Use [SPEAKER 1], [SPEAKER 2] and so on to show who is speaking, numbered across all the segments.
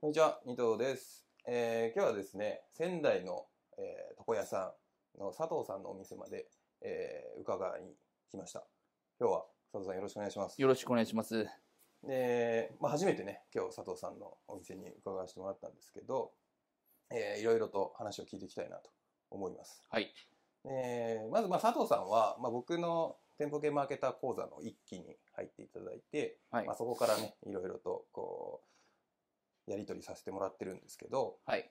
[SPEAKER 1] こんにちは、二藤です。えー今日はですね、仙台の、えー床屋さんの佐藤さんのお店まで、えー伺いに来ました。今日は佐藤さんよろしくお願いします。
[SPEAKER 2] よろしくお願いします。
[SPEAKER 1] で、まあ、初めてね、今日佐藤さんのお店に伺わせてもらったんですけど、えーいろいろと話を聞いていきたいなと思います。
[SPEAKER 2] はい。
[SPEAKER 1] えーまずまあ佐藤さんは、まあ、僕の店舗系マーケター講座の一期に入っていただいて、
[SPEAKER 2] はい
[SPEAKER 1] まあ、。そこからねいろいろとこうやり取りさせてもらってるんですけど、
[SPEAKER 2] はい。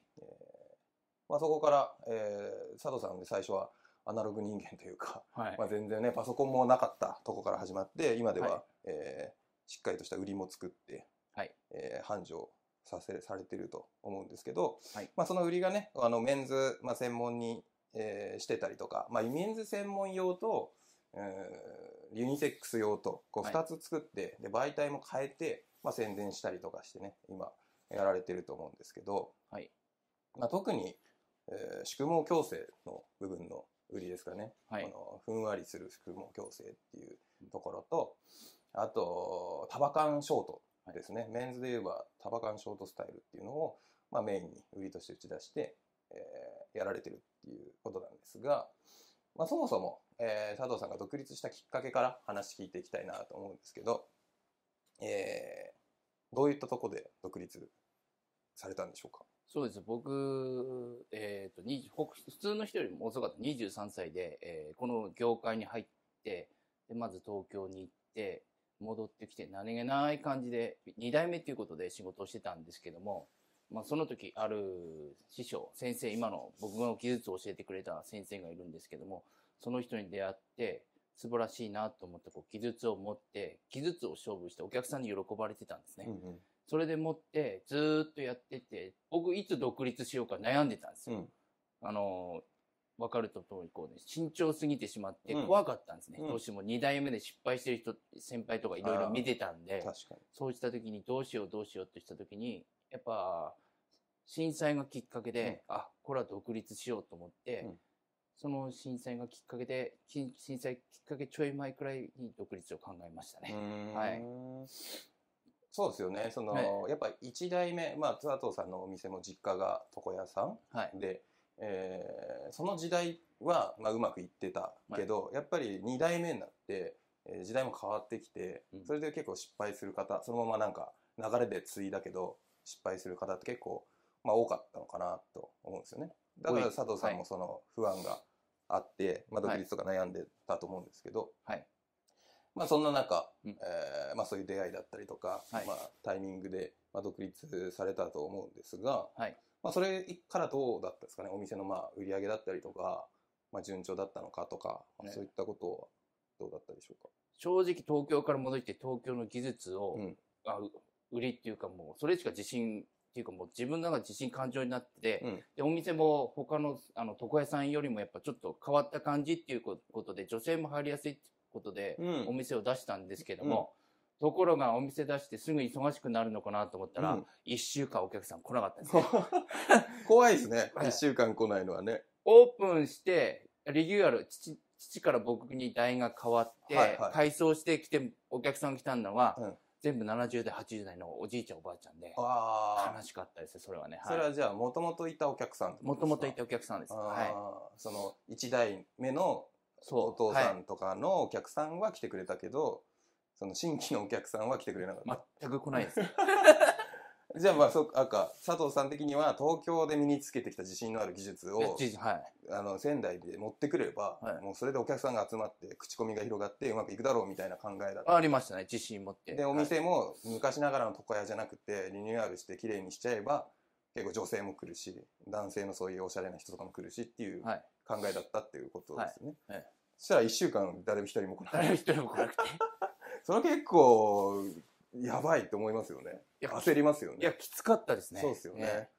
[SPEAKER 1] まあ、そこから、えー佐藤さんで最初はアナログ人間というか、
[SPEAKER 2] はい
[SPEAKER 1] ま。あ、全然ねパソコンもなかったとこから始まって今では、
[SPEAKER 2] はい
[SPEAKER 1] えーしっかりとした売りも作って、
[SPEAKER 2] はい
[SPEAKER 1] えー繁盛させされてると思うんですけど、
[SPEAKER 2] はい
[SPEAKER 1] まあ、その売りがねあのメンズ、まあ、専門に、えーしてたりとか、まあ、メンズ専門用と、えーユニセックス用とこう
[SPEAKER 2] はい
[SPEAKER 1] 2つ作って、で媒体も変えて、まあ、宣伝したりとかしてね今やられてると思うんですけど、
[SPEAKER 2] はい
[SPEAKER 1] まあ、特に、えー宿毛矯正の部分の売りですかね。
[SPEAKER 2] は
[SPEAKER 1] あ
[SPEAKER 2] い。
[SPEAKER 1] のふんわりする服毛矯正っていうところとあとタバカンショートですね、メンズで言えばタバカンショートスタイルっていうのを、まあ、メインに売りとして打ち出して、えーやられてるっていうことなんですが、まあ、そもそも、えー佐藤さんが独立したきっかけから話聞いていきたいなと思うんですけど、えーどういったとこで独立されたんでしょうか
[SPEAKER 2] そうです。僕、えっ、と、20ほ普通の人よりも遅かった23歳で、えーこの業界に入って、で、まず東京に行って、戻ってきて、何気ない感じで、2代目ということで仕事をしてたんですけども、まあ、その時、ある師匠、先生、今の僕の技術を教えてくれた先生がいるんですけども、その人に出会って、素晴らしいなと思って、こう、技術を持って、技術を勝負して、お客さんに喜ばれてたんですね。
[SPEAKER 1] うん
[SPEAKER 2] それでもって、ずーっとやってて、僕いつ独立しようか悩んでたんです
[SPEAKER 1] う
[SPEAKER 2] よ。
[SPEAKER 1] ん
[SPEAKER 2] あのー、わかると通り、こうね、慎重すぎてしまって
[SPEAKER 1] うん
[SPEAKER 2] 怖かったんですね。
[SPEAKER 1] うん
[SPEAKER 2] どうしても2代目で失敗してる人、先輩とかいろいろ見てたんで、
[SPEAKER 1] 確かに
[SPEAKER 2] そうした時にどうしようどうしようってした時に、やっぱ、震災がきっかけで、あ、これは独立しようと思って、
[SPEAKER 1] うん
[SPEAKER 2] その震災がきっかけで、き震災きっかけちょい前くらいに独立を考えましたね。は
[SPEAKER 1] はい、そうですよねその、
[SPEAKER 2] は
[SPEAKER 1] やっぱ1代目、まあ、津藤さんのお店も実家が床屋さん
[SPEAKER 2] はい。
[SPEAKER 1] で、えーその時代は、まあ、うまくいってたけど、やっぱり2代目になって、えー時代も変わってきて
[SPEAKER 2] うん
[SPEAKER 1] それで結構失敗する方そのままなんか流れで継いだけど失敗する方って結構、まあ、多かったのかなと思うんですよね。だから
[SPEAKER 2] 多い
[SPEAKER 1] 佐藤さん
[SPEAKER 2] は
[SPEAKER 1] も
[SPEAKER 2] い
[SPEAKER 1] その不安があって、まあ、
[SPEAKER 2] は
[SPEAKER 1] 独
[SPEAKER 2] い
[SPEAKER 1] 立とか悩んでたと思うんですけど、
[SPEAKER 2] はい。
[SPEAKER 1] まあ、そんな中、
[SPEAKER 2] うん
[SPEAKER 1] えーまあ、そういう出会いだったりとか、
[SPEAKER 2] はい
[SPEAKER 1] まあ、タイミングで、まあ、独立されたと思うんですが、
[SPEAKER 2] はい
[SPEAKER 1] まあ、それからどうだったですかねお店のまあ売り上げだったりとか、まあ、順調だったのかとか、まあ、
[SPEAKER 2] ね
[SPEAKER 1] そういったことはどうだったでしょうか、
[SPEAKER 2] 正直東京から戻って東京の技術を、
[SPEAKER 1] うん
[SPEAKER 2] あう売りっていうかもうそれしか自信っていうかもう自分の中で自信感情になってて、
[SPEAKER 1] うん
[SPEAKER 2] でお店も他のあの床屋さんよりもやっぱちょっと変わった感じっていうことで女性も入りやすいってことで、
[SPEAKER 1] うん
[SPEAKER 2] お店を出したんですけども、ところがお店出してすぐ忙しくなるのかなと思ったら、
[SPEAKER 1] うん
[SPEAKER 2] 1週間お客さん来なかったんですね
[SPEAKER 1] 怖いですね、
[SPEAKER 2] はい
[SPEAKER 1] 1週間来ないのはね
[SPEAKER 2] オープンして、リニューアル、父、父から僕に代が変わって、
[SPEAKER 1] はいはい
[SPEAKER 2] 改装してきて、お客さんが来たのは、
[SPEAKER 1] うん
[SPEAKER 2] 全部70代、80代のおじいちゃん、おばあちゃんで、
[SPEAKER 1] あ
[SPEAKER 2] 悲
[SPEAKER 1] あ
[SPEAKER 2] しかったですね、それはね。
[SPEAKER 1] それ
[SPEAKER 2] はい。
[SPEAKER 1] はじゃあもともといたお客さんってこ
[SPEAKER 2] も
[SPEAKER 1] とです
[SPEAKER 2] と
[SPEAKER 1] か
[SPEAKER 2] もといたお客さんです。
[SPEAKER 1] あー、
[SPEAKER 2] は
[SPEAKER 1] その1代目の
[SPEAKER 2] い。
[SPEAKER 1] お父さ
[SPEAKER 2] はい
[SPEAKER 1] んとかのお客さんは来てくれたけど、その新規のお客さんは来てくれなかった、
[SPEAKER 2] 全く来ないです。
[SPEAKER 1] じゃあまあそうなんか佐藤さん的には東京で身につけてきた自信のある技術を
[SPEAKER 2] じいじはい。
[SPEAKER 1] あの仙台で持ってくれば、
[SPEAKER 2] はい
[SPEAKER 1] もうそれでお客さんが集まって口コミが広がってうまくいくだろうみたいな考えだった
[SPEAKER 2] ありましたね、自信持って。
[SPEAKER 1] でお
[SPEAKER 2] はい
[SPEAKER 1] 店も昔ながらの床屋じゃなくてリニューアルして綺麗にしちゃえば結構女性も来るし男性のそういうおしゃれな人とかも来るしっていう
[SPEAKER 2] はい
[SPEAKER 1] 考えだったっていうことですよね、
[SPEAKER 2] はいはい
[SPEAKER 1] そしたら1週間誰も一人も来な
[SPEAKER 2] 誰
[SPEAKER 1] い
[SPEAKER 2] も一人も来なくて。
[SPEAKER 1] それは結構やばいって思いますよね
[SPEAKER 2] いや、
[SPEAKER 1] 焦りますよね
[SPEAKER 2] いやきつかったですね。
[SPEAKER 1] そうですよね。
[SPEAKER 2] え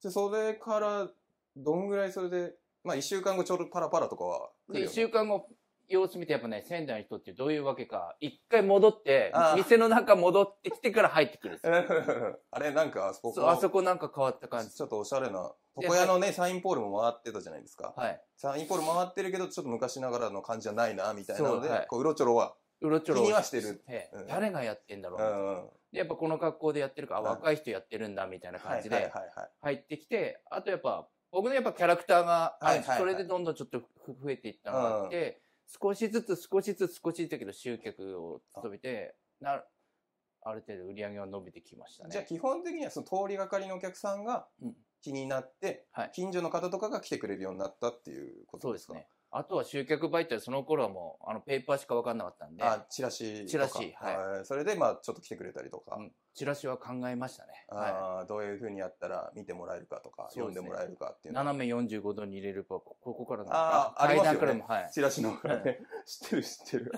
[SPEAKER 1] じゃあそれから、どんぐらいそれで、まあ、1週間後ちょうどパラパラとかは
[SPEAKER 2] え。
[SPEAKER 1] 来る
[SPEAKER 2] で、
[SPEAKER 1] よ
[SPEAKER 2] 1
[SPEAKER 1] ね
[SPEAKER 2] 週間後、様子見てやっぱね、仙台の人ってどういうわけか、一回戻って
[SPEAKER 1] あー、
[SPEAKER 2] 店の中戻ってきてから入ってくるんですよ
[SPEAKER 1] あれ、なんかあそこ
[SPEAKER 2] そう、あそこなんか変わった感じ。
[SPEAKER 1] ちょっとおしゃれな、床屋のね、サインポールも回ってたじゃないですか。
[SPEAKER 2] はい。
[SPEAKER 1] サインポール回ってるけど、ちょっと昔ながらの感じじゃないな、みたいなので、
[SPEAKER 2] そうはい
[SPEAKER 1] こう、うろちょろは
[SPEAKER 2] うろちょろ
[SPEAKER 1] 気にはしてる
[SPEAKER 2] ええ
[SPEAKER 1] うん
[SPEAKER 2] 誰がやってんだろう
[SPEAKER 1] う
[SPEAKER 2] みたいなん
[SPEAKER 1] うん
[SPEAKER 2] でやっぱこの格好でやってるから、あ
[SPEAKER 1] はい
[SPEAKER 2] 若い人やってるんだみたいな
[SPEAKER 1] は
[SPEAKER 2] 感
[SPEAKER 1] い
[SPEAKER 2] じ
[SPEAKER 1] はいは
[SPEAKER 2] で
[SPEAKER 1] いはい
[SPEAKER 2] 入ってきて、あとやっぱ僕のやっぱキャラクターが、あ
[SPEAKER 1] はいはいはい
[SPEAKER 2] それでどんどんちょっとふ増えていったのがあって、少しずつ少しずつ少しずつだけど集客を努めてなある程度売り上げは伸びてきましたね。
[SPEAKER 1] じゃあ基本的にはその通りがかりのお客さんが
[SPEAKER 2] うん
[SPEAKER 1] 気になって、
[SPEAKER 2] はい
[SPEAKER 1] 近所の方とかが来てくれるようになったっていうこ
[SPEAKER 2] そ
[SPEAKER 1] とで
[SPEAKER 2] うですす
[SPEAKER 1] か
[SPEAKER 2] ね。あとは集客媒体その頃はもうあのペーパーしか分かんなかったんで、
[SPEAKER 1] あチラシとか
[SPEAKER 2] チラシはい
[SPEAKER 1] いそれでまあちょっと来てくれたりとか、
[SPEAKER 2] うんチラシは考えましたね。は
[SPEAKER 1] あーどういうふうにやったら見てもらえるかとか、
[SPEAKER 2] そう
[SPEAKER 1] 読
[SPEAKER 2] で
[SPEAKER 1] んで
[SPEAKER 2] すね
[SPEAKER 1] もらえるかってい
[SPEAKER 2] い、
[SPEAKER 1] うの
[SPEAKER 2] 斜め45度に入れるとこここからの
[SPEAKER 1] あーありますよ
[SPEAKER 2] 階
[SPEAKER 1] ね
[SPEAKER 2] 段からも、はい。
[SPEAKER 1] チラシの裏ね、 知ってる知ってる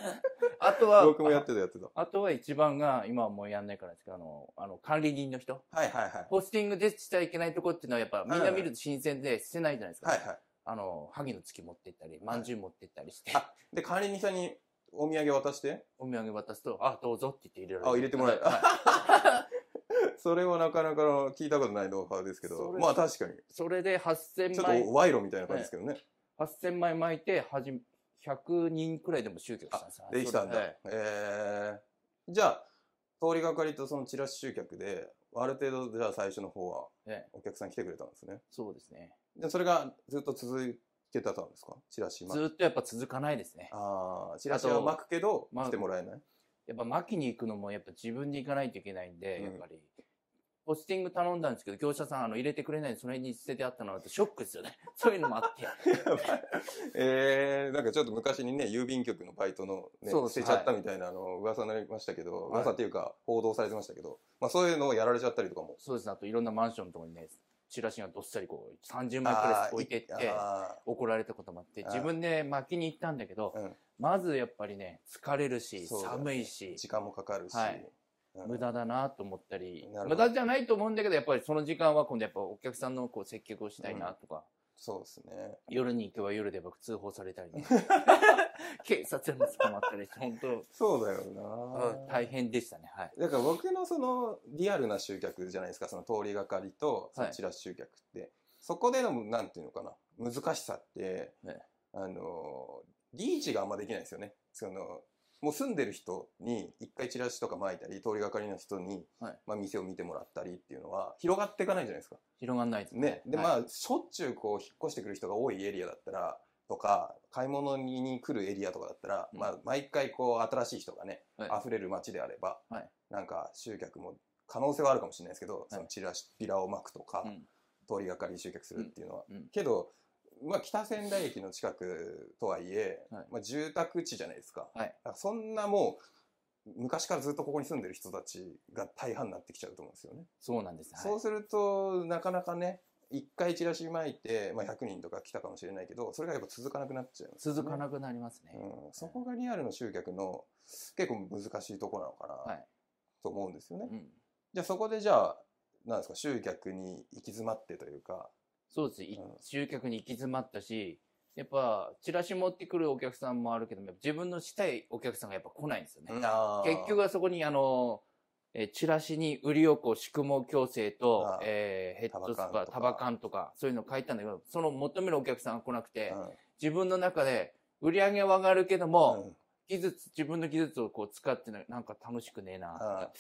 [SPEAKER 2] あとは
[SPEAKER 1] 僕もやってたやってた
[SPEAKER 2] あとは一番が、今はもうやんないからですけど、あの、あの管理人の人。
[SPEAKER 1] はいはいはい
[SPEAKER 2] ポスティングでしちゃいけないとこっていうのはやっぱみん
[SPEAKER 1] はい
[SPEAKER 2] な
[SPEAKER 1] はい
[SPEAKER 2] 見ると新鮮で捨てないじゃないですか。
[SPEAKER 1] はいはい
[SPEAKER 2] あの、萩の月持ってったり、まんじゅう持ってったりして、
[SPEAKER 1] あで管理人さんにお土産渡して
[SPEAKER 2] お土産渡すと、あ、どうぞって言って入れられる。
[SPEAKER 1] あ入れてもらえる
[SPEAKER 2] はい
[SPEAKER 1] それはなかなかの聞いたことないノウハウですけ
[SPEAKER 2] そ
[SPEAKER 1] ど
[SPEAKER 2] れ
[SPEAKER 1] まあ確かに
[SPEAKER 2] それで
[SPEAKER 1] ちょ
[SPEAKER 2] 8000
[SPEAKER 1] っ
[SPEAKER 2] 枚
[SPEAKER 1] と、賄賂みたいな感じですけどね、
[SPEAKER 2] 8000枚巻いて、はじめ100人くらいでも集客したんですよ
[SPEAKER 1] できたんだ、
[SPEAKER 2] それはい
[SPEAKER 1] えーじゃあ通りがかりとそのチラシ集客である程度じゃあ最初の方は
[SPEAKER 2] ええ
[SPEAKER 1] お客さん来てくれたんですね
[SPEAKER 2] そうですね。
[SPEAKER 1] でそれがずっと続けてたんですかチラシま
[SPEAKER 2] ずっとやっぱ続かないですね。
[SPEAKER 1] ああチラシは巻くけど
[SPEAKER 2] まあ
[SPEAKER 1] 来てもらえない
[SPEAKER 2] やっぱ巻きに行くのもやっぱ自分で行かないといけないんで、
[SPEAKER 1] うん
[SPEAKER 2] やっぱり。ポスティング頼んだんですけど、業者さんあの入れてくれないんで、その辺に捨ててあったのはショックですよね。 そういうのもあって。
[SPEAKER 1] えー、なんかちょっと昔にね郵便局のバイトの、ね、
[SPEAKER 2] そう
[SPEAKER 1] 捨
[SPEAKER 2] です
[SPEAKER 1] てちゃったみたいなあの噂になりましたけど、
[SPEAKER 2] はい
[SPEAKER 1] 噂っていうか報道されてましたけど、まあ、そういうのをやられちゃったりとかも
[SPEAKER 2] そうですね。あといろんなマンションのとこにね、チラシがどっさりこう、30枚くらい置いてって
[SPEAKER 1] あー、あ
[SPEAKER 2] 怒られたこともあって、
[SPEAKER 1] あー
[SPEAKER 2] 自分で巻きに行ったんだけど、
[SPEAKER 1] うん
[SPEAKER 2] まずやっぱりね、疲れるし、
[SPEAKER 1] そうだよね
[SPEAKER 2] 寒い
[SPEAKER 1] ー
[SPEAKER 2] し、
[SPEAKER 1] 時間もかかるし、
[SPEAKER 2] はい
[SPEAKER 1] うん
[SPEAKER 2] 無駄だなと思ったり
[SPEAKER 1] なる、ほど
[SPEAKER 2] 無駄じゃないと思うんだけど、やっぱりその時間は今度やっぱお客さんのこう接客をしたいなとか、
[SPEAKER 1] そうですね
[SPEAKER 2] 夜に行けば夜で僕通報された りね警察にも捕まったりして 本当
[SPEAKER 1] そうだよ
[SPEAKER 2] うん
[SPEAKER 1] な
[SPEAKER 2] 大変でしたねはい
[SPEAKER 1] だから僕のそのリアルな集客じゃないですかその通りがかりとその
[SPEAKER 2] はい
[SPEAKER 1] チラシ集客って、そこでのなんていうのかな難しさって、
[SPEAKER 2] ね
[SPEAKER 1] あのリーチがあんまできないですよねそのもう住んでる人に一回チラシとか巻いたり通りがかりの人に、
[SPEAKER 2] はい
[SPEAKER 1] まあ、店を見てもらったりっていうのは広がっていかないじゃないですか。
[SPEAKER 2] 広がんないです
[SPEAKER 1] ね、で、
[SPEAKER 2] はい
[SPEAKER 1] まあしょっちゅうこう引っ越してくる人が多いエリアだったらとか買い物に来るエリアとかだったら、
[SPEAKER 2] うん
[SPEAKER 1] まあ、毎回こう新しい人がね、
[SPEAKER 2] はい
[SPEAKER 1] 溢れる街であれば、
[SPEAKER 2] はい
[SPEAKER 1] なんか集客も可能性はあるかもしれないですけど、そのチラシピラを巻くとか、
[SPEAKER 2] うん
[SPEAKER 1] 通りがかり集客するっていうのは、
[SPEAKER 2] うんうん
[SPEAKER 1] けど、まあ、北仙台駅の近くとはいえ、
[SPEAKER 2] はい
[SPEAKER 1] まあ、住宅地じゃないですか,、
[SPEAKER 2] はい
[SPEAKER 1] からそんなもう昔からずっとここに住んでる人たちが大半になってきちゃうと思うんですよね。
[SPEAKER 2] そうなんです
[SPEAKER 1] そうするとなかなかね1回チラシ巻いて、まあ、100人とか来たかもしれないけどそれがやっぱ続かなくなっちゃいますよね、
[SPEAKER 2] 続かなくなりますね、
[SPEAKER 1] うん、そこがリアルの集客の結構難しいとこなのか
[SPEAKER 2] は
[SPEAKER 1] ないと思うんですよね。
[SPEAKER 2] うん
[SPEAKER 1] じゃあそこでじゃあなんですか集客に行き詰まってというか、
[SPEAKER 2] そうです、い
[SPEAKER 1] うん
[SPEAKER 2] 集客に行き詰まったしやっぱチラシ持ってくるお客さんもあるけどやっぱ自分のしたいお客さんがやっぱ来ないんですよね、
[SPEAKER 1] あー
[SPEAKER 2] 結局はそこにあのえーチラシに売りをこう宿毛矯正と
[SPEAKER 1] あ、ー
[SPEAKER 2] えーヘッドスパ
[SPEAKER 1] タ
[SPEAKER 2] タ
[SPEAKER 1] バ
[SPEAKER 2] バ
[SPEAKER 1] カ
[SPEAKER 2] カンとかそういうの書いたんだけどその求めるお客さんが来なくて、
[SPEAKER 1] うん
[SPEAKER 2] 自分の中で売り上げは上がるけども、
[SPEAKER 1] うん
[SPEAKER 2] 技術自分の技術をこう使ってななんか楽しくねえな
[SPEAKER 1] あ、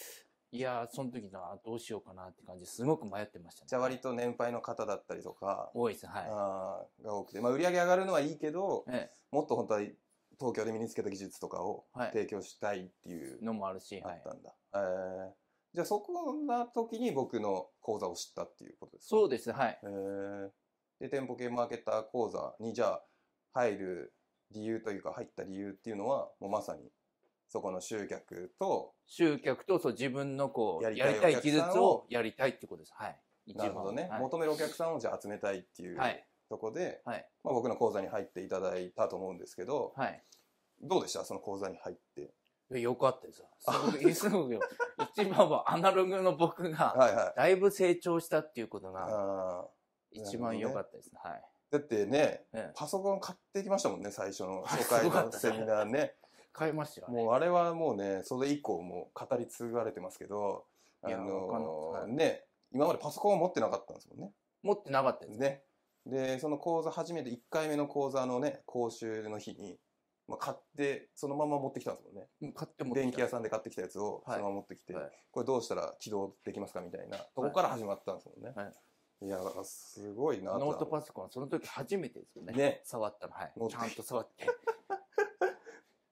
[SPEAKER 2] いやーその時などうしようかなって感じですごく迷ってましたね
[SPEAKER 1] じゃあ割と年配の方だったりとか、
[SPEAKER 2] 多いですはい、
[SPEAKER 1] あーが多くて、まあ、売り上げ上がるのはいいけど
[SPEAKER 2] え
[SPEAKER 1] もっと本当は東京で身につけた技術とかを
[SPEAKER 2] はい
[SPEAKER 1] 提供したいっていう
[SPEAKER 2] え、のもあるし、
[SPEAKER 1] あ
[SPEAKER 2] は
[SPEAKER 1] っ
[SPEAKER 2] い
[SPEAKER 1] た、んだ、えーじゃあそこな時に僕の講座を知ったっていうことですか
[SPEAKER 2] そうですはい
[SPEAKER 1] へーで店舗系マーケター講座にじゃあ入る理由というか入った理由っていうのはもうまさにそこの集客と
[SPEAKER 2] 集客とそう自分のこう
[SPEAKER 1] や
[SPEAKER 2] や
[SPEAKER 1] り
[SPEAKER 2] り
[SPEAKER 1] たい
[SPEAKER 2] たい
[SPEAKER 1] お客
[SPEAKER 2] 技
[SPEAKER 1] さ
[SPEAKER 2] 術
[SPEAKER 1] んを
[SPEAKER 2] をやりたいってことですはい一
[SPEAKER 1] なるほどね、
[SPEAKER 2] はい
[SPEAKER 1] 求めるお客さんをじゃあ集めたいっていう
[SPEAKER 2] はい
[SPEAKER 1] とこで、
[SPEAKER 2] はい
[SPEAKER 1] まあ、僕の講座に入っていただいたと思うんですけど、
[SPEAKER 2] はい
[SPEAKER 1] どうでしたその講座に入って。
[SPEAKER 2] いやよかったですよ すごくすごくよ一番はアナログの僕が
[SPEAKER 1] はいはい。
[SPEAKER 2] だいぶ成長したっていうことが
[SPEAKER 1] あー
[SPEAKER 2] 一番良かったですねはい
[SPEAKER 1] だってね、
[SPEAKER 2] ええ
[SPEAKER 1] パソコン買ってきましたもんね、最初の
[SPEAKER 2] はい
[SPEAKER 1] 初回
[SPEAKER 2] すごか
[SPEAKER 1] の
[SPEAKER 2] ったね
[SPEAKER 1] セミナーね。
[SPEAKER 2] 買いましたよ、ね、
[SPEAKER 1] もうあれはもうね、それ以降もう語り継がれてますけど、あ
[SPEAKER 2] いやわか
[SPEAKER 1] の
[SPEAKER 2] ん
[SPEAKER 1] ーね、今までパソコンを持ってなかったんですもんね。
[SPEAKER 2] 持ってなかったです。
[SPEAKER 1] ね。で、その講座、初めて1回目の講座のね、講習の日に、まあ、買ってそのまま持ってきたんですもんね
[SPEAKER 2] もう買って持ってき
[SPEAKER 1] 電
[SPEAKER 2] た
[SPEAKER 1] 気屋さんで買ってきたやつを
[SPEAKER 2] は
[SPEAKER 1] そ
[SPEAKER 2] い
[SPEAKER 1] のまま持ってきて、
[SPEAKER 2] はい
[SPEAKER 1] これどうしたら起動できますかみたいなとこから始まったんですもんね、、
[SPEAKER 2] はい
[SPEAKER 1] やだからすごいなと
[SPEAKER 2] ノートパソコン、その時初めてですよね。
[SPEAKER 1] ね
[SPEAKER 2] 触ったの、はい
[SPEAKER 1] 持っ。
[SPEAKER 2] ち
[SPEAKER 1] て
[SPEAKER 2] ゃんと触って。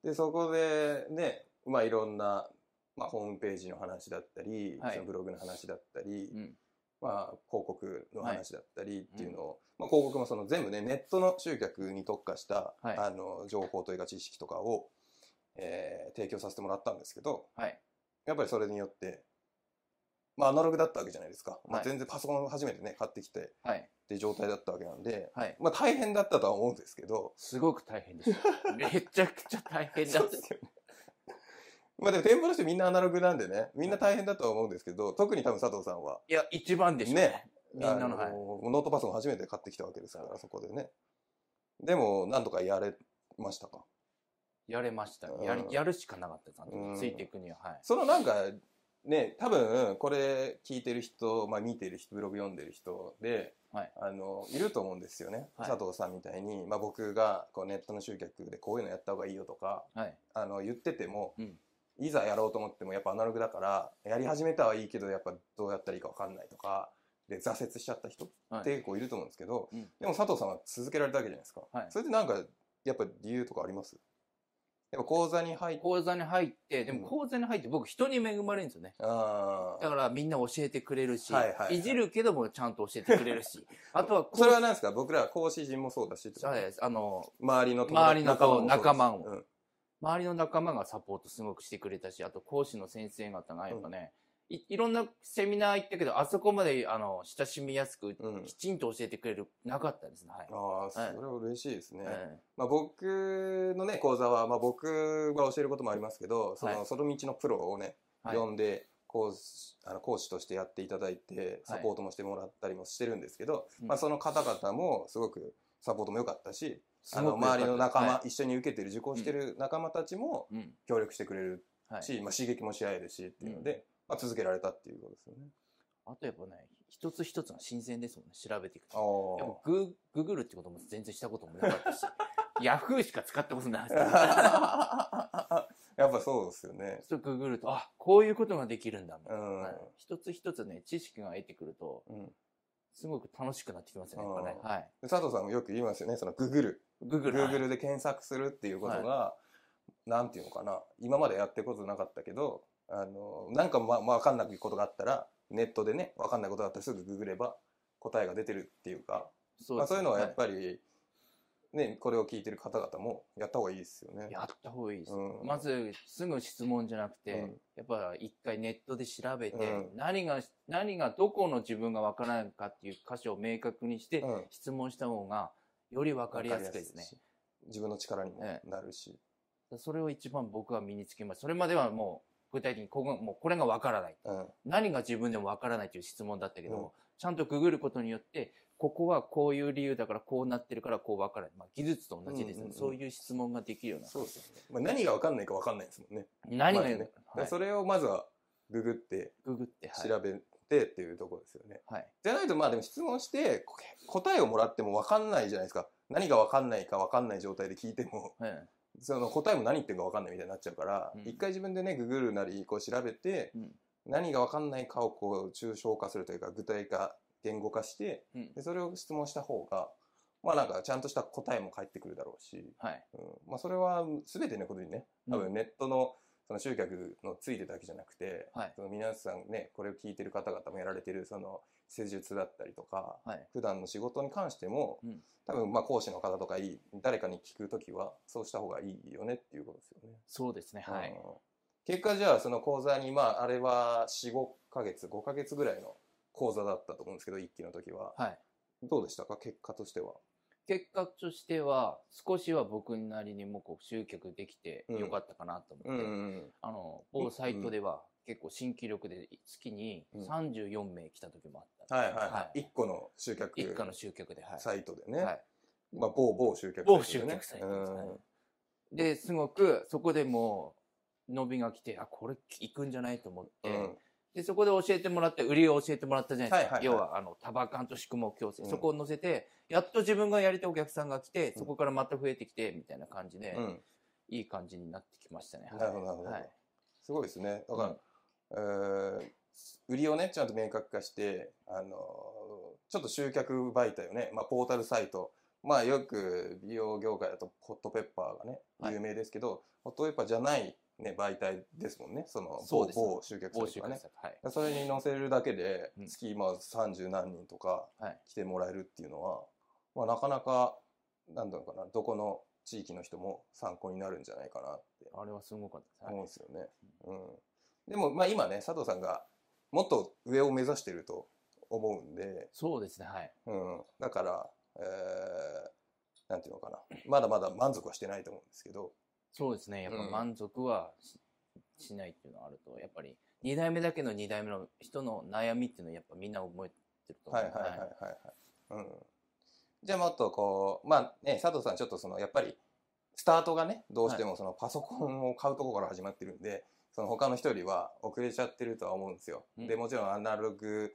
[SPEAKER 1] でそこでねまあいろんな、まあ、ホームページの話だったり、
[SPEAKER 2] はい
[SPEAKER 1] そのブログの話だったり、
[SPEAKER 2] うん。
[SPEAKER 1] まあ、広告の話だったりっていうのを、まあ、広告もその全部ねネットの集客に特化した、
[SPEAKER 2] はい
[SPEAKER 1] あの情報というか知識とかを、えー提供させてもらったんですけど
[SPEAKER 2] はい。
[SPEAKER 1] やっぱりそれによって、まあ、アナログだったわけじゃないですか、まあ、
[SPEAKER 2] はい
[SPEAKER 1] 全然パソコンを初めてね買ってきてっ
[SPEAKER 2] はい。
[SPEAKER 1] ていう状態だったわけなんで、
[SPEAKER 2] はい。
[SPEAKER 1] まあ、大変だったとは思うんですけど
[SPEAKER 2] すごく大変 でした。めちゃくちゃ大変だ
[SPEAKER 1] そう
[SPEAKER 2] っ
[SPEAKER 1] ですよね。まあでも店舗の人みんなアナログなんでね、みんな大変だとは思うんですけど、特に多分佐藤さんは、
[SPEAKER 2] いや、一番でした
[SPEAKER 1] ね
[SPEAKER 2] ね。みんなの、
[SPEAKER 1] あ
[SPEAKER 2] はい。
[SPEAKER 1] ノートパソコン初めて買ってきたわけですから、そこでね。でも、なんとかやれましたか。
[SPEAKER 2] やれました。やる
[SPEAKER 1] うん、
[SPEAKER 2] やるしかなかったですあの時
[SPEAKER 1] うん
[SPEAKER 2] ついていくには、はい。
[SPEAKER 1] そのなんか、ね、多分、これ聞いてる人、まあ見てる人、ブログ読んでる人で、
[SPEAKER 2] はい
[SPEAKER 1] あの、いると思うんですよね。
[SPEAKER 2] はい
[SPEAKER 1] 佐藤さんみたいに、まあ僕がこうネットの集客でこういうのやった方がいいよとか、
[SPEAKER 2] はい。
[SPEAKER 1] あの言ってても、
[SPEAKER 2] うん
[SPEAKER 1] いざやろうと思ってもやっぱアナログだからやり始めたはいいけどやっぱどうやったらいいか分かんないとかで挫折しちゃった人
[SPEAKER 2] はい
[SPEAKER 1] って結構いると思うんですけど、
[SPEAKER 2] うん
[SPEAKER 1] でも佐藤さんは続けられたわけじゃないですか、
[SPEAKER 2] はい
[SPEAKER 1] それでなんかやっぱ理由とかありますやっぱ講座に入って
[SPEAKER 2] 講座に入って、で
[SPEAKER 1] うん
[SPEAKER 2] も講座に入って僕人に恵まれるんですよね。
[SPEAKER 1] あ
[SPEAKER 2] だ
[SPEAKER 1] あ
[SPEAKER 2] からみんな教えてくれるし、
[SPEAKER 1] はいはいはい
[SPEAKER 2] いじるけどもちゃんと教えてくれるし、あとは、
[SPEAKER 1] それは何ですか僕ら講師陣もそうだしってこと
[SPEAKER 2] はいあの、
[SPEAKER 1] 周りの友
[SPEAKER 2] 周りのこう
[SPEAKER 1] もそうです
[SPEAKER 2] 周りの仲間がサポートすごくしてくれたし、あと講師の先生方がやっぱね、いいろんなセミナー行ったけど、あそこまであの親しみやすく、
[SPEAKER 1] うん、うん
[SPEAKER 2] きちんと教えてくれる、なかったですね。はい。
[SPEAKER 1] ああそれは嬉しいですね、
[SPEAKER 2] え
[SPEAKER 1] まあ、僕のね講座は、まあ、僕が教えることもありますけどその,、
[SPEAKER 2] はい
[SPEAKER 1] その道のプロをね
[SPEAKER 2] えはい
[SPEAKER 1] 呼んで講師あの講師としてやっていただいてサポートもしてもらったりもしてるんですけど、
[SPEAKER 2] うん
[SPEAKER 1] まあ、その方々もすごくサポートも良かったし
[SPEAKER 2] す
[SPEAKER 1] あ
[SPEAKER 2] ご
[SPEAKER 1] の
[SPEAKER 2] く良かっ
[SPEAKER 1] 周
[SPEAKER 2] た
[SPEAKER 1] りの仲間、
[SPEAKER 2] は
[SPEAKER 1] 一緒に受けてる受講してる仲間たちも
[SPEAKER 2] いうん。
[SPEAKER 1] 協力してくれる
[SPEAKER 2] はい。
[SPEAKER 1] し、まあ、刺激もし合えるしっていうので、
[SPEAKER 2] うん
[SPEAKER 1] まあ、続けられたっていうことですよね。
[SPEAKER 2] あとやっぱね、一つ一つが新鮮ですもんね、調べていく
[SPEAKER 1] あ
[SPEAKER 2] と。やっぱグーググるってことも全然したこともなかっ たし、ヤフーしか使ったことないで
[SPEAKER 1] ー
[SPEAKER 2] す
[SPEAKER 1] やっぱそうですよね。
[SPEAKER 2] そうググると、あ、こういうことができるんだ、みた
[SPEAKER 1] う
[SPEAKER 2] いな。
[SPEAKER 1] ん
[SPEAKER 2] はい一つ一つね、知識が得てくると、
[SPEAKER 1] うん、
[SPEAKER 2] すごく楽しくなってきますよね、やっぱね
[SPEAKER 1] あ。
[SPEAKER 2] はい。
[SPEAKER 1] で佐藤さんもよく言いますよねそのググる
[SPEAKER 2] ググる。
[SPEAKER 1] Google で検索するっていうことが、なんていうのかな今までやってることなかったけどあのなんかま、ま分かんないことがあったらネットでね分かんないことがあったらすぐググれば答えが出てるっていうか
[SPEAKER 2] そ
[SPEAKER 1] そう,、
[SPEAKER 2] う
[SPEAKER 1] ま
[SPEAKER 2] で
[SPEAKER 1] あ、
[SPEAKER 2] す
[SPEAKER 1] そういう
[SPEAKER 2] ね
[SPEAKER 1] のはや
[SPEAKER 2] は
[SPEAKER 1] っぱり、ね、これを聞いてる方々もやった方がいいですよね
[SPEAKER 2] い。やった方がいいです。
[SPEAKER 1] うん
[SPEAKER 2] まず、すぐ質問じゃなくて、
[SPEAKER 1] うん
[SPEAKER 2] やっぱ一回ネットで調べて、
[SPEAKER 1] うん
[SPEAKER 2] 何が、何がどこの自分がわからんかっていう箇所を明確にして、
[SPEAKER 1] うん
[SPEAKER 2] 質問した方が、よりわかりやすくです
[SPEAKER 1] わかり
[SPEAKER 2] ね
[SPEAKER 1] や。すいし自分の力にも
[SPEAKER 2] え
[SPEAKER 1] なるし、
[SPEAKER 2] それを一番僕は身につけました。それまではもう、具体的にここ、もうこれがわからない。
[SPEAKER 1] うん
[SPEAKER 2] 何が自分でもわからないという質問だったけど、
[SPEAKER 1] うん
[SPEAKER 2] ちゃんとググることによって、ここはこういう理由だからこうなってるからこうわからない。まあ、技術と同じで
[SPEAKER 1] う
[SPEAKER 2] すね、
[SPEAKER 1] んうんうん
[SPEAKER 2] そういう質問ができるような。
[SPEAKER 1] そうですよね、まあ、何が分かんないか分かんないですもんね。
[SPEAKER 2] 何が、
[SPEAKER 1] まあね
[SPEAKER 2] はい、
[SPEAKER 1] それをまずはググって
[SPEAKER 2] ググって、はい。
[SPEAKER 1] 調べてっていうところですよね。
[SPEAKER 2] はい。
[SPEAKER 1] じゃないとまあでも質問してこ答えをもらっても分かんないじゃないですか何が分かんないか分かんない状態で聞いても
[SPEAKER 2] はい。
[SPEAKER 1] その答えも何言ってるか分かんないみたいになっちゃうから、
[SPEAKER 2] うん
[SPEAKER 1] 一回自分でねググるなりこう調べて、
[SPEAKER 2] うん
[SPEAKER 1] 何が分かんないかをこう抽象化するというか具体化言語化して
[SPEAKER 2] うん
[SPEAKER 1] でそれを質問した方がまあなんかちゃんとした答えも返ってくるだろうし、
[SPEAKER 2] はい。
[SPEAKER 1] うんまあ、それは全てのことにね多
[SPEAKER 2] う
[SPEAKER 1] 分
[SPEAKER 2] ん
[SPEAKER 1] ネットのその集客のついてだけじゃなくて、
[SPEAKER 2] はい
[SPEAKER 1] その皆さんねこれを聞いてる方々もやられてるその施術だったりとか、
[SPEAKER 2] はい
[SPEAKER 1] 普段の仕事に関しても、
[SPEAKER 2] うん
[SPEAKER 1] 多分まあ講師の方とかいい誰かに聞くときはそうした方がいいよねっていうことですよね。
[SPEAKER 2] そうですね、は
[SPEAKER 1] うん
[SPEAKER 2] い。
[SPEAKER 1] 結果じゃあその講座にまああれは45ヶ月5ヶ月ぐらいの講座だったと思うんですけど一期の時は、
[SPEAKER 2] はい。
[SPEAKER 1] どうでしたか結果としては。
[SPEAKER 2] 結果としては、少しは僕なりにもこう集客できてよかったかなと思って、
[SPEAKER 1] うん
[SPEAKER 2] あの、某サイトでは結構新規力で月に34名来た時もあった。
[SPEAKER 1] はいはいは、
[SPEAKER 2] はい
[SPEAKER 1] 一個の集客
[SPEAKER 2] 一家の集客で、はい。
[SPEAKER 1] サイトでね、
[SPEAKER 2] はい
[SPEAKER 1] まあ、某某集客
[SPEAKER 2] 某
[SPEAKER 1] サイ
[SPEAKER 2] 集
[SPEAKER 1] トでね
[SPEAKER 2] 客サイトですね
[SPEAKER 1] うん
[SPEAKER 2] で、すごくそこでもう伸びが来て、あ、これ行くんじゃないと思って、
[SPEAKER 1] うん
[SPEAKER 2] で、そこで教えてもらって、売りを教えてもらったじゃないですか。
[SPEAKER 1] はいはいはい
[SPEAKER 2] 要は、あの、タバカンと宿毛矯正、
[SPEAKER 1] うん
[SPEAKER 2] そこを乗せて、やっと自分がやりたいお客さんが来て、
[SPEAKER 1] うん
[SPEAKER 2] そこからまた増えてきて、みたいな感じで、
[SPEAKER 1] うん
[SPEAKER 2] いい感じになってきましたね。はい
[SPEAKER 1] なるほどなるほど
[SPEAKER 2] はい
[SPEAKER 1] すごいですね。だから、えー売りをね、ちゃんと明確化して、あのーちょっと集客媒体をね、まあ、ポータルサイト、まあ、よく美容業界だとホットペッパーがね
[SPEAKER 2] は、い
[SPEAKER 1] 有名ですけど、ホットペッパーじゃない、ね、媒体ですもんね、その、
[SPEAKER 2] そうです
[SPEAKER 1] 某某集客
[SPEAKER 2] 欧
[SPEAKER 1] サイ
[SPEAKER 2] 州
[SPEAKER 1] トが
[SPEAKER 2] から
[SPEAKER 1] ね。
[SPEAKER 2] さはい。
[SPEAKER 1] それに載せるだけで
[SPEAKER 2] う、ん
[SPEAKER 1] 月、まあ、30何人とか
[SPEAKER 2] はい
[SPEAKER 1] 来てもらえるっていうのは、まあ、なかなか、なんだろうかな、どこの地域の人も参考になるんじゃないかなって
[SPEAKER 2] あれはすごかったです
[SPEAKER 1] 思うんですよね。うん、でも、まあ、今ね佐藤さんがもっと上を目指してると思うんで、
[SPEAKER 2] そうですね、はい。
[SPEAKER 1] うん、だから、えーなんていうのかなまだまだ満足はしてないと思うんですけど、
[SPEAKER 2] そうですね、やっぱ
[SPEAKER 1] うん
[SPEAKER 2] 満足はし,、ないっていうのはあると、やっぱり2代目だけの2代目の人の悩みっていうのはやっぱみんな覚えてると思
[SPEAKER 1] は
[SPEAKER 2] う
[SPEAKER 1] い
[SPEAKER 2] ん
[SPEAKER 1] は
[SPEAKER 2] で
[SPEAKER 1] いはいはいはい。うん、じゃあもっとこうまあね佐藤さんちょっとそのやっぱりスタートがねどうしてもそのパソコンを買うところから始まってるんでその他の人よりは遅れちゃってるとは思うんですよ。
[SPEAKER 2] うん
[SPEAKER 1] でもちろんアナログ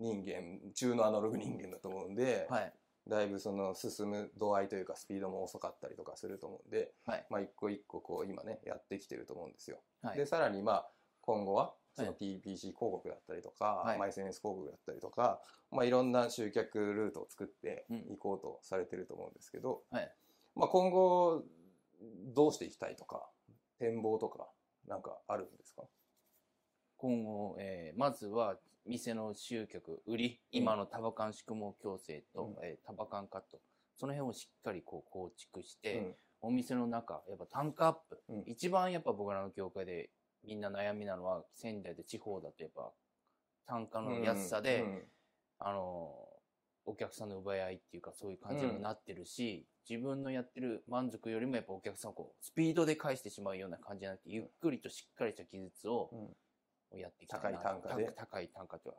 [SPEAKER 1] 人間中のアナログ人間だと思うんで、
[SPEAKER 2] はい。
[SPEAKER 1] だいぶその進む度合いというかスピードも遅かったりとかすると思うんで、
[SPEAKER 2] はい
[SPEAKER 1] まあ一個一個こう今ねやってきてると思うんですよ。
[SPEAKER 2] はい。
[SPEAKER 1] でさらにまあ今後はその
[SPEAKER 2] は
[SPEAKER 1] TPC
[SPEAKER 2] い
[SPEAKER 1] 広告だったりとか、
[SPEAKER 2] はい
[SPEAKER 1] まあ SNS 広告だったりとか、まあ、いろんな集客ルートを作って
[SPEAKER 2] うん
[SPEAKER 1] いこうとされてると思うんですけど、
[SPEAKER 2] はい
[SPEAKER 1] まあ、今後どうしていきたいとか展望とかなんかあるんですか
[SPEAKER 2] 今後、えーまずは店の集客、売り、
[SPEAKER 1] うん
[SPEAKER 2] 今の束感縮毛矯正と、
[SPEAKER 1] うん
[SPEAKER 2] えー、束感カット、その辺をしっかりこう構築して、
[SPEAKER 1] うん
[SPEAKER 2] お店の中、やっぱ単価アップ、
[SPEAKER 1] うん
[SPEAKER 2] 一番やっぱ僕らの業界でみんな悩みなのは、仙台で地方だとやっぱ単価の安さで、
[SPEAKER 1] うん
[SPEAKER 2] あのお客さんの奪い合いっていうかそういう感じにもなってるし、自分のやってる満足よりもやっぱお客さんをこうスピードで返してしまうような感じじゃなくてゆっくりとしっかりした技術を
[SPEAKER 1] うん
[SPEAKER 2] やっていきたい
[SPEAKER 1] 高
[SPEAKER 2] な
[SPEAKER 1] い単価で
[SPEAKER 2] た高い単価とは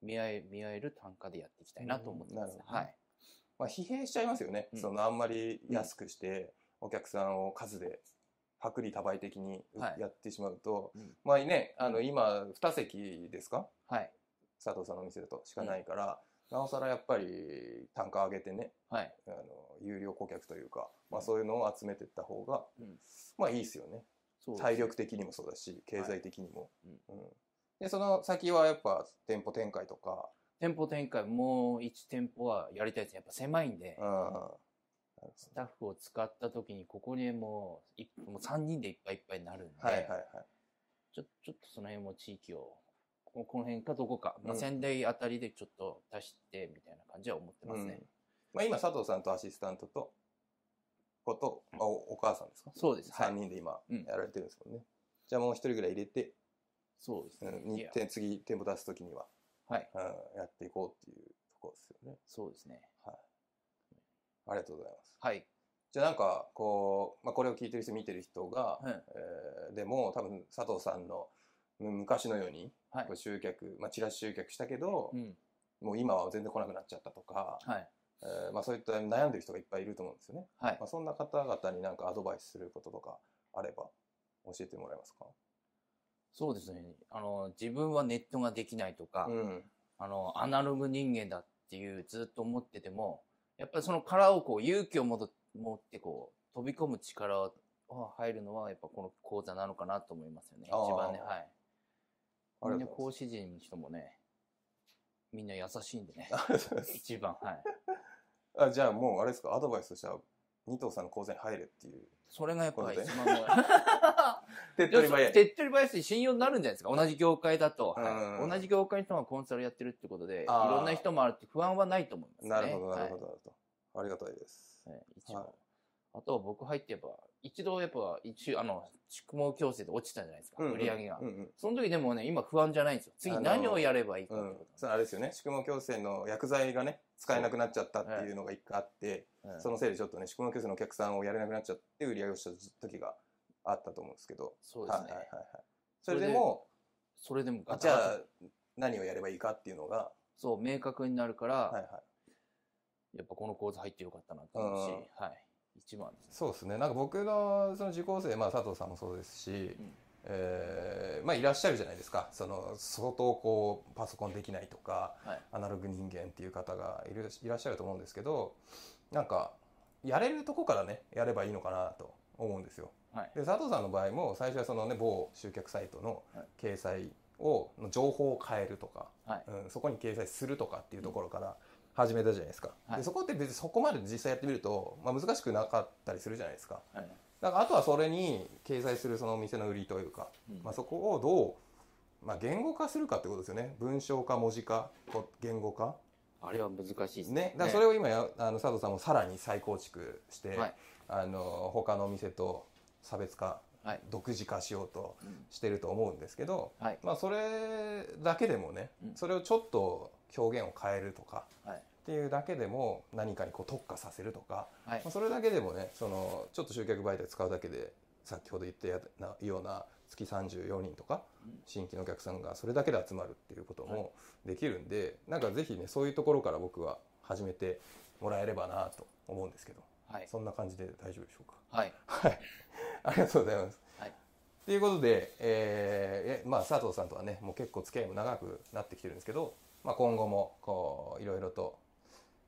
[SPEAKER 2] 見合え見合える単価でやっていきたいなと思ってます、
[SPEAKER 1] うんなるほど
[SPEAKER 2] は
[SPEAKER 1] ね
[SPEAKER 2] い
[SPEAKER 1] まあ、疲弊しちゃいますよね、
[SPEAKER 2] うん
[SPEAKER 1] そのあんまり安くしてお客さんを数で薄利多売的に
[SPEAKER 2] はい
[SPEAKER 1] やってしまうと、
[SPEAKER 2] うん
[SPEAKER 1] まあねあの今2席ですか
[SPEAKER 2] はい
[SPEAKER 1] 佐藤さんのお店だとしかないから、なおさらやっぱり単価上げてね
[SPEAKER 2] はい
[SPEAKER 1] あの有料顧客というか、まあ、
[SPEAKER 2] うん
[SPEAKER 1] そういうのを集めていった方が、
[SPEAKER 2] うん
[SPEAKER 1] まあいいですよね
[SPEAKER 2] そうです
[SPEAKER 1] 体力的にもそうだし経済的にも。うんでその先はやっぱ店舗展開とか、
[SPEAKER 2] 店舗展開もう1店舗はやりたいですやっぱ狭いんで、
[SPEAKER 1] うん
[SPEAKER 2] スタッフを使った時にここにもういもう3人でいっぱいいっぱいになるんで、
[SPEAKER 1] はいはいはい
[SPEAKER 2] ちょちょっとその辺も地域を、ここの辺かどこか、まあ、
[SPEAKER 1] うん
[SPEAKER 2] 仙台あたりでちょっと出してみたいな感じは思ってますね。
[SPEAKER 1] うんまあ、今佐藤さんとアシスタントとことあおお母さんですか
[SPEAKER 2] そうです。は
[SPEAKER 1] 3
[SPEAKER 2] い。
[SPEAKER 1] 人で今
[SPEAKER 2] うん
[SPEAKER 1] やられてるんですもんね、じゃあもう1人ぐらい入れて、
[SPEAKER 2] そうです
[SPEAKER 1] う
[SPEAKER 2] ね。
[SPEAKER 1] ん
[SPEAKER 2] い
[SPEAKER 1] に
[SPEAKER 2] や
[SPEAKER 1] て次店舗出す時には、
[SPEAKER 2] はい。
[SPEAKER 1] うん、やっていこうっていうところですよね
[SPEAKER 2] そうですね。
[SPEAKER 1] ありがとうございます
[SPEAKER 2] はい。
[SPEAKER 1] じゃあなんかこう、まあ、これを聞いてる人見てる人が、
[SPEAKER 2] うん
[SPEAKER 1] えーでも多分佐藤さんのうん昔のように
[SPEAKER 2] はい
[SPEAKER 1] こう集客、まあ、チラシ集客したけど、
[SPEAKER 2] うん。
[SPEAKER 1] もう今は全然来なくなっちゃったとか、
[SPEAKER 2] はい。
[SPEAKER 1] えーまあ、そういった悩んでる人がいっぱいいると思うんですよね
[SPEAKER 2] はい
[SPEAKER 1] ま。あ、そんな方々になんかアドバイスすることとかあれば教えてもらえますか
[SPEAKER 2] そうですね。あの、自分はネットができないとか、
[SPEAKER 1] うん。
[SPEAKER 2] あの、アナログ人間だっていうずっと思ってても、やっぱりその殻をこう、勇気をもど持ってこう、飛び込む力を入るのは、やっぱこの講座なのかなと思いますよね。一
[SPEAKER 1] あー
[SPEAKER 2] 番ね、はい。
[SPEAKER 1] あ
[SPEAKER 2] み
[SPEAKER 1] り
[SPEAKER 2] ん
[SPEAKER 1] が
[SPEAKER 2] な
[SPEAKER 1] とうご
[SPEAKER 2] 講
[SPEAKER 1] ざい
[SPEAKER 2] 師陣の人もね、みんな優しいんで ね、
[SPEAKER 1] ます。
[SPEAKER 2] 一番、はい。
[SPEAKER 1] あじゃあもうあれですか、アドバイスとしては、二藤さんの講座に入れっていう。
[SPEAKER 2] それがやっぱり
[SPEAKER 1] これ
[SPEAKER 2] 一
[SPEAKER 1] で
[SPEAKER 2] 番の
[SPEAKER 1] 手っ取り早い。
[SPEAKER 2] 手っ取り早いし信用になるんじゃないですか。同じ業界だと、
[SPEAKER 1] うん
[SPEAKER 2] はい同じ業界の人がコンサルやってるってことで、い
[SPEAKER 1] あー
[SPEAKER 2] ろんな人もあるって不安はないと思いますね。
[SPEAKER 1] なるほど、なるほ
[SPEAKER 2] はい
[SPEAKER 1] ど、なるほど。ありがたいです。
[SPEAKER 2] はい一
[SPEAKER 1] はい
[SPEAKER 2] 応。あとは僕入ってやっぱ、一度やっぱ、一応、あの、宿毛矯正で落ちたじゃないですか、
[SPEAKER 1] うんうん
[SPEAKER 2] 売り上げが
[SPEAKER 1] うん。うん。
[SPEAKER 2] その時でもね、今不安じゃないんですよ。次
[SPEAKER 1] あのー
[SPEAKER 2] 何をやればいいかっ
[SPEAKER 1] う
[SPEAKER 2] て
[SPEAKER 1] ん
[SPEAKER 2] こ、
[SPEAKER 1] それあれですよね宿毛矯正の薬剤がね使えなくなっちゃったっていうのが一回あって
[SPEAKER 2] となんです
[SPEAKER 1] そ
[SPEAKER 2] よ。うん
[SPEAKER 1] のせいでちょっとね宿毛矯正のお客さんをやれなくなっちゃって売り上げをした時があったと思うんですけど
[SPEAKER 2] そうですね
[SPEAKER 1] はいはい。はいはい、
[SPEAKER 2] そ
[SPEAKER 1] そ
[SPEAKER 2] れ
[SPEAKER 1] れ
[SPEAKER 2] で
[SPEAKER 1] でも
[SPEAKER 2] それでもガ
[SPEAKER 1] じ
[SPEAKER 2] タ
[SPEAKER 1] ゃ
[SPEAKER 2] ガタ
[SPEAKER 1] あ何をやればいいかっていうのが
[SPEAKER 2] そう、明確になるから、
[SPEAKER 1] はいはい
[SPEAKER 2] やっぱこの講座入ってよかったなと思うし、はい。一番です。
[SPEAKER 1] そうですねなんか僕のその受講生、まあ、佐藤さんもそうですし、えーまあ、いらっしゃるじゃないですかその相当こうパソコンできないとか
[SPEAKER 2] はい。
[SPEAKER 1] アナログ人間っていう方がいるいらっしゃると思うんですけどなんかやれるとこからねやればいいのかなと思うんですよ。
[SPEAKER 2] はい
[SPEAKER 1] で佐藤さんの場合も最初はそのね某集客サイトの
[SPEAKER 2] はい
[SPEAKER 1] 掲載をの情報を変えるとか、
[SPEAKER 2] はい
[SPEAKER 1] うん、そこに掲載するとかっていうところから始めたじゃないですか、
[SPEAKER 2] はい
[SPEAKER 1] でそこって別にそこまで実際やってみると、まあ、難しくなかったりするじゃないですか
[SPEAKER 2] はい
[SPEAKER 1] だからあとはそれに掲載するそのお店の売りというか、
[SPEAKER 2] うん
[SPEAKER 1] まあ、そこをどう、まあ、言語化するかってことですよね文章化文字化こう言語化
[SPEAKER 2] あれは難しいです
[SPEAKER 1] ね、
[SPEAKER 2] ね
[SPEAKER 1] だからそれを今や、あの佐藤さんもさらに再構築して、
[SPEAKER 2] はい
[SPEAKER 1] あの他のお店と差別化、
[SPEAKER 2] はい
[SPEAKER 1] 独自化しようと
[SPEAKER 2] うん
[SPEAKER 1] してると思うんですけど、
[SPEAKER 2] はい
[SPEAKER 1] まあ、それだけでもね、
[SPEAKER 2] うん
[SPEAKER 1] それをちょっと表現を変えるとか
[SPEAKER 2] はい
[SPEAKER 1] っていうだけでも何かにこう特化させるとか、
[SPEAKER 2] はい
[SPEAKER 1] まあ、それだけでもねそのちょっと集客媒体使うだけで先ほど言ったやなような月34人とか
[SPEAKER 2] うん
[SPEAKER 1] 新規のお客さんがそれだけで集まるっていうこともできるんで、なんかぜひねそういうところから僕は始めてもらえればなと思うんですけど
[SPEAKER 2] はい
[SPEAKER 1] そんな感じで大丈夫でしょうか
[SPEAKER 2] はい
[SPEAKER 1] はい、 ありがとうございます。
[SPEAKER 2] はい
[SPEAKER 1] ということで、えーえまあ、佐藤さんとはねもう結構付き合いも長くなってきてるんですけど、まあ、今後もこういろいろと、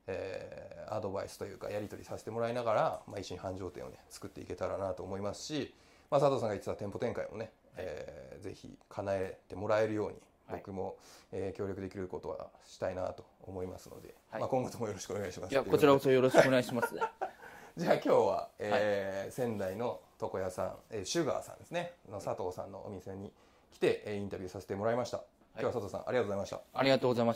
[SPEAKER 1] えーアドバイスというかやり取りさせてもらいながら、まあ、一緒に繁盛店をね作っていけたらなと思いますし、まあ、佐藤さんが言ってた店舗展開もね、えーぜひ叶えてもらえるように。
[SPEAKER 2] はい
[SPEAKER 1] 僕も、えー協力できることはしたいなと思いますので、
[SPEAKER 2] はい
[SPEAKER 1] まあ、今後ともよろしくお願いします。
[SPEAKER 2] いやこちらこそよろしくお願い します
[SPEAKER 1] じゃあ今日は、えー仙台の床屋さん、えーシュガーさんですねの佐藤さんのお店に来て、えーインタビューさせてもらいました、今日は佐藤さんありがとうございました
[SPEAKER 2] ありがとうございました